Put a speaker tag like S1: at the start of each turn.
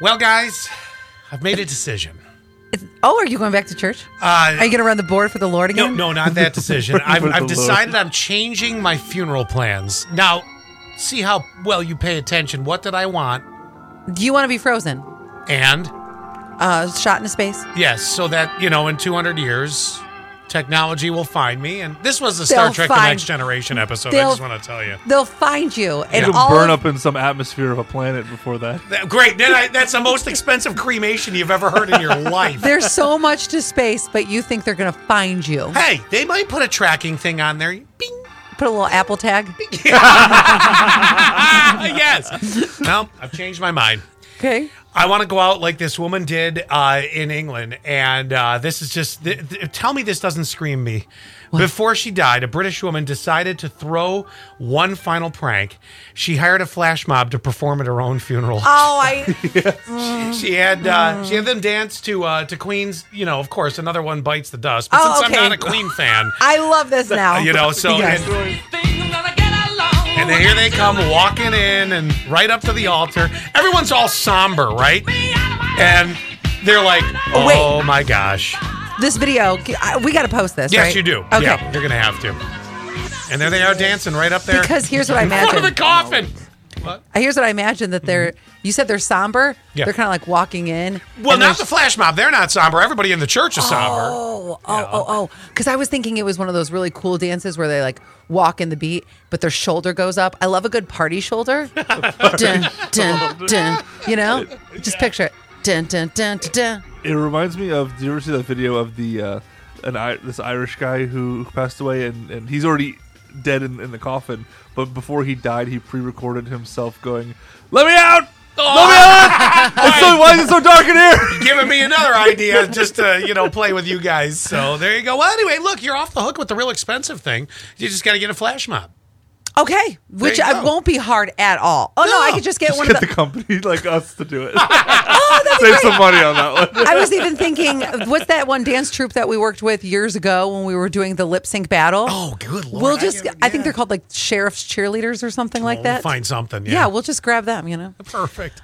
S1: Well, guys, I've made a decision.
S2: It's, oh, are you going back to church?
S1: Uh,
S2: Are you going to run the board for the Lord
S1: No,
S2: again?
S1: no, not that decision. I've,
S3: With the
S1: I've
S3: Lord.
S1: decided I'm changing my funeral plans. Now, see how well you pay attention. What did I want?
S2: Do you want to be frozen?
S1: And
S2: Uh, shot into space?
S1: yes, so that, you know, in 200 years, technology will find me. And this was the Star
S2: They'll
S1: Trek The
S2: find-
S1: Next Generation episode. I
S2: they'll-
S1: just want to tell you.
S2: They'll find you. And
S3: It'll
S2: all
S3: burn
S2: of-
S3: up in some atmosphere of a planet before that.
S1: That- Great. Then I, that's the most expensive cremation you've ever heard in your life.
S2: There's so much to space, but you think they're going to find you.
S1: Hey, they might put a tracking thing on there. Bing.
S2: Put a little Apple tag.
S1: Ah, yes. No, I've changed my mind.
S2: Okay.
S1: I want to go out like this woman did uh, in England, and uh, this is just. Th- th- tell me this doesn't scream me. Before she died, a British woman decided to throw one final prank. She hired a flash mob to perform at her own funeral.
S2: Oh, I.
S1: She had uh, she had them dance to uh, to Queen's. You know, of course, another one bites the dust. But
S2: Oh,
S1: since
S2: okay.
S1: I'm not a Queen fan,
S2: I love this now.
S1: you know, so
S2: Yes.
S1: and, And then here they come walking in and right up to the altar. Everyone's all somber, right? And they're like,
S2: Oh, wait.
S1: oh my gosh.
S2: This video, I- we got to post this.
S1: Yes,
S2: right?
S1: you do.
S2: Okay.
S1: Yeah, you're going to have to. And there they are dancing right up there.
S2: Because here's what I
S1: in front of the
S2: imagine.
S1: coffin.
S2: Here's what I imagine that they're. You said they're somber.
S1: Yeah.
S2: They're kind of like walking in.
S1: Well,
S2: and
S1: not the
S2: there's-
S1: flash mob. They're not somber. Everybody in the church is somber.
S2: Oh, oh, oh, oh. Because I was thinking it was one of those really cool dances where they like walk in the beat, but their shoulder goes up. I love a good party shoulder. dun, dun, dun. You know? Just picture it. Dun, dun, dun, dun, dun.
S3: It reminds me of. Do you ever see that video of the uh, an I- this Irish guy who passed away and, and he's already dead in, in the coffin, but before he died, he pre-recorded himself going, "Let me out! Oh. Let me out! It's so, why is it so dark in here?"
S1: Giving me another idea just to, you know, play with you guys. So there you go. Well, anyway, look, you're off the hook with the real expensive thing. You just got to get a flash mob.
S2: Okay. Which
S1: you
S2: I
S1: go.
S2: won't be hard at all. Oh, no, I
S1: No.
S2: could just get
S3: Just
S2: one
S3: get
S2: of
S3: the
S2: the. oh,
S3: company like us to do it. Save some money on that one.
S2: I was even thinking, what's that one dance troupe that we worked with years ago when we were doing the lip sync battle?
S1: Oh, good lord.
S2: we'll just,
S1: get-
S2: I think
S1: yeah.
S2: they're called like sheriff's cheerleaders or something like
S1: We'll
S2: that.
S1: Find something.
S2: Yeah, we'll just grab them, you know?
S1: Perfect.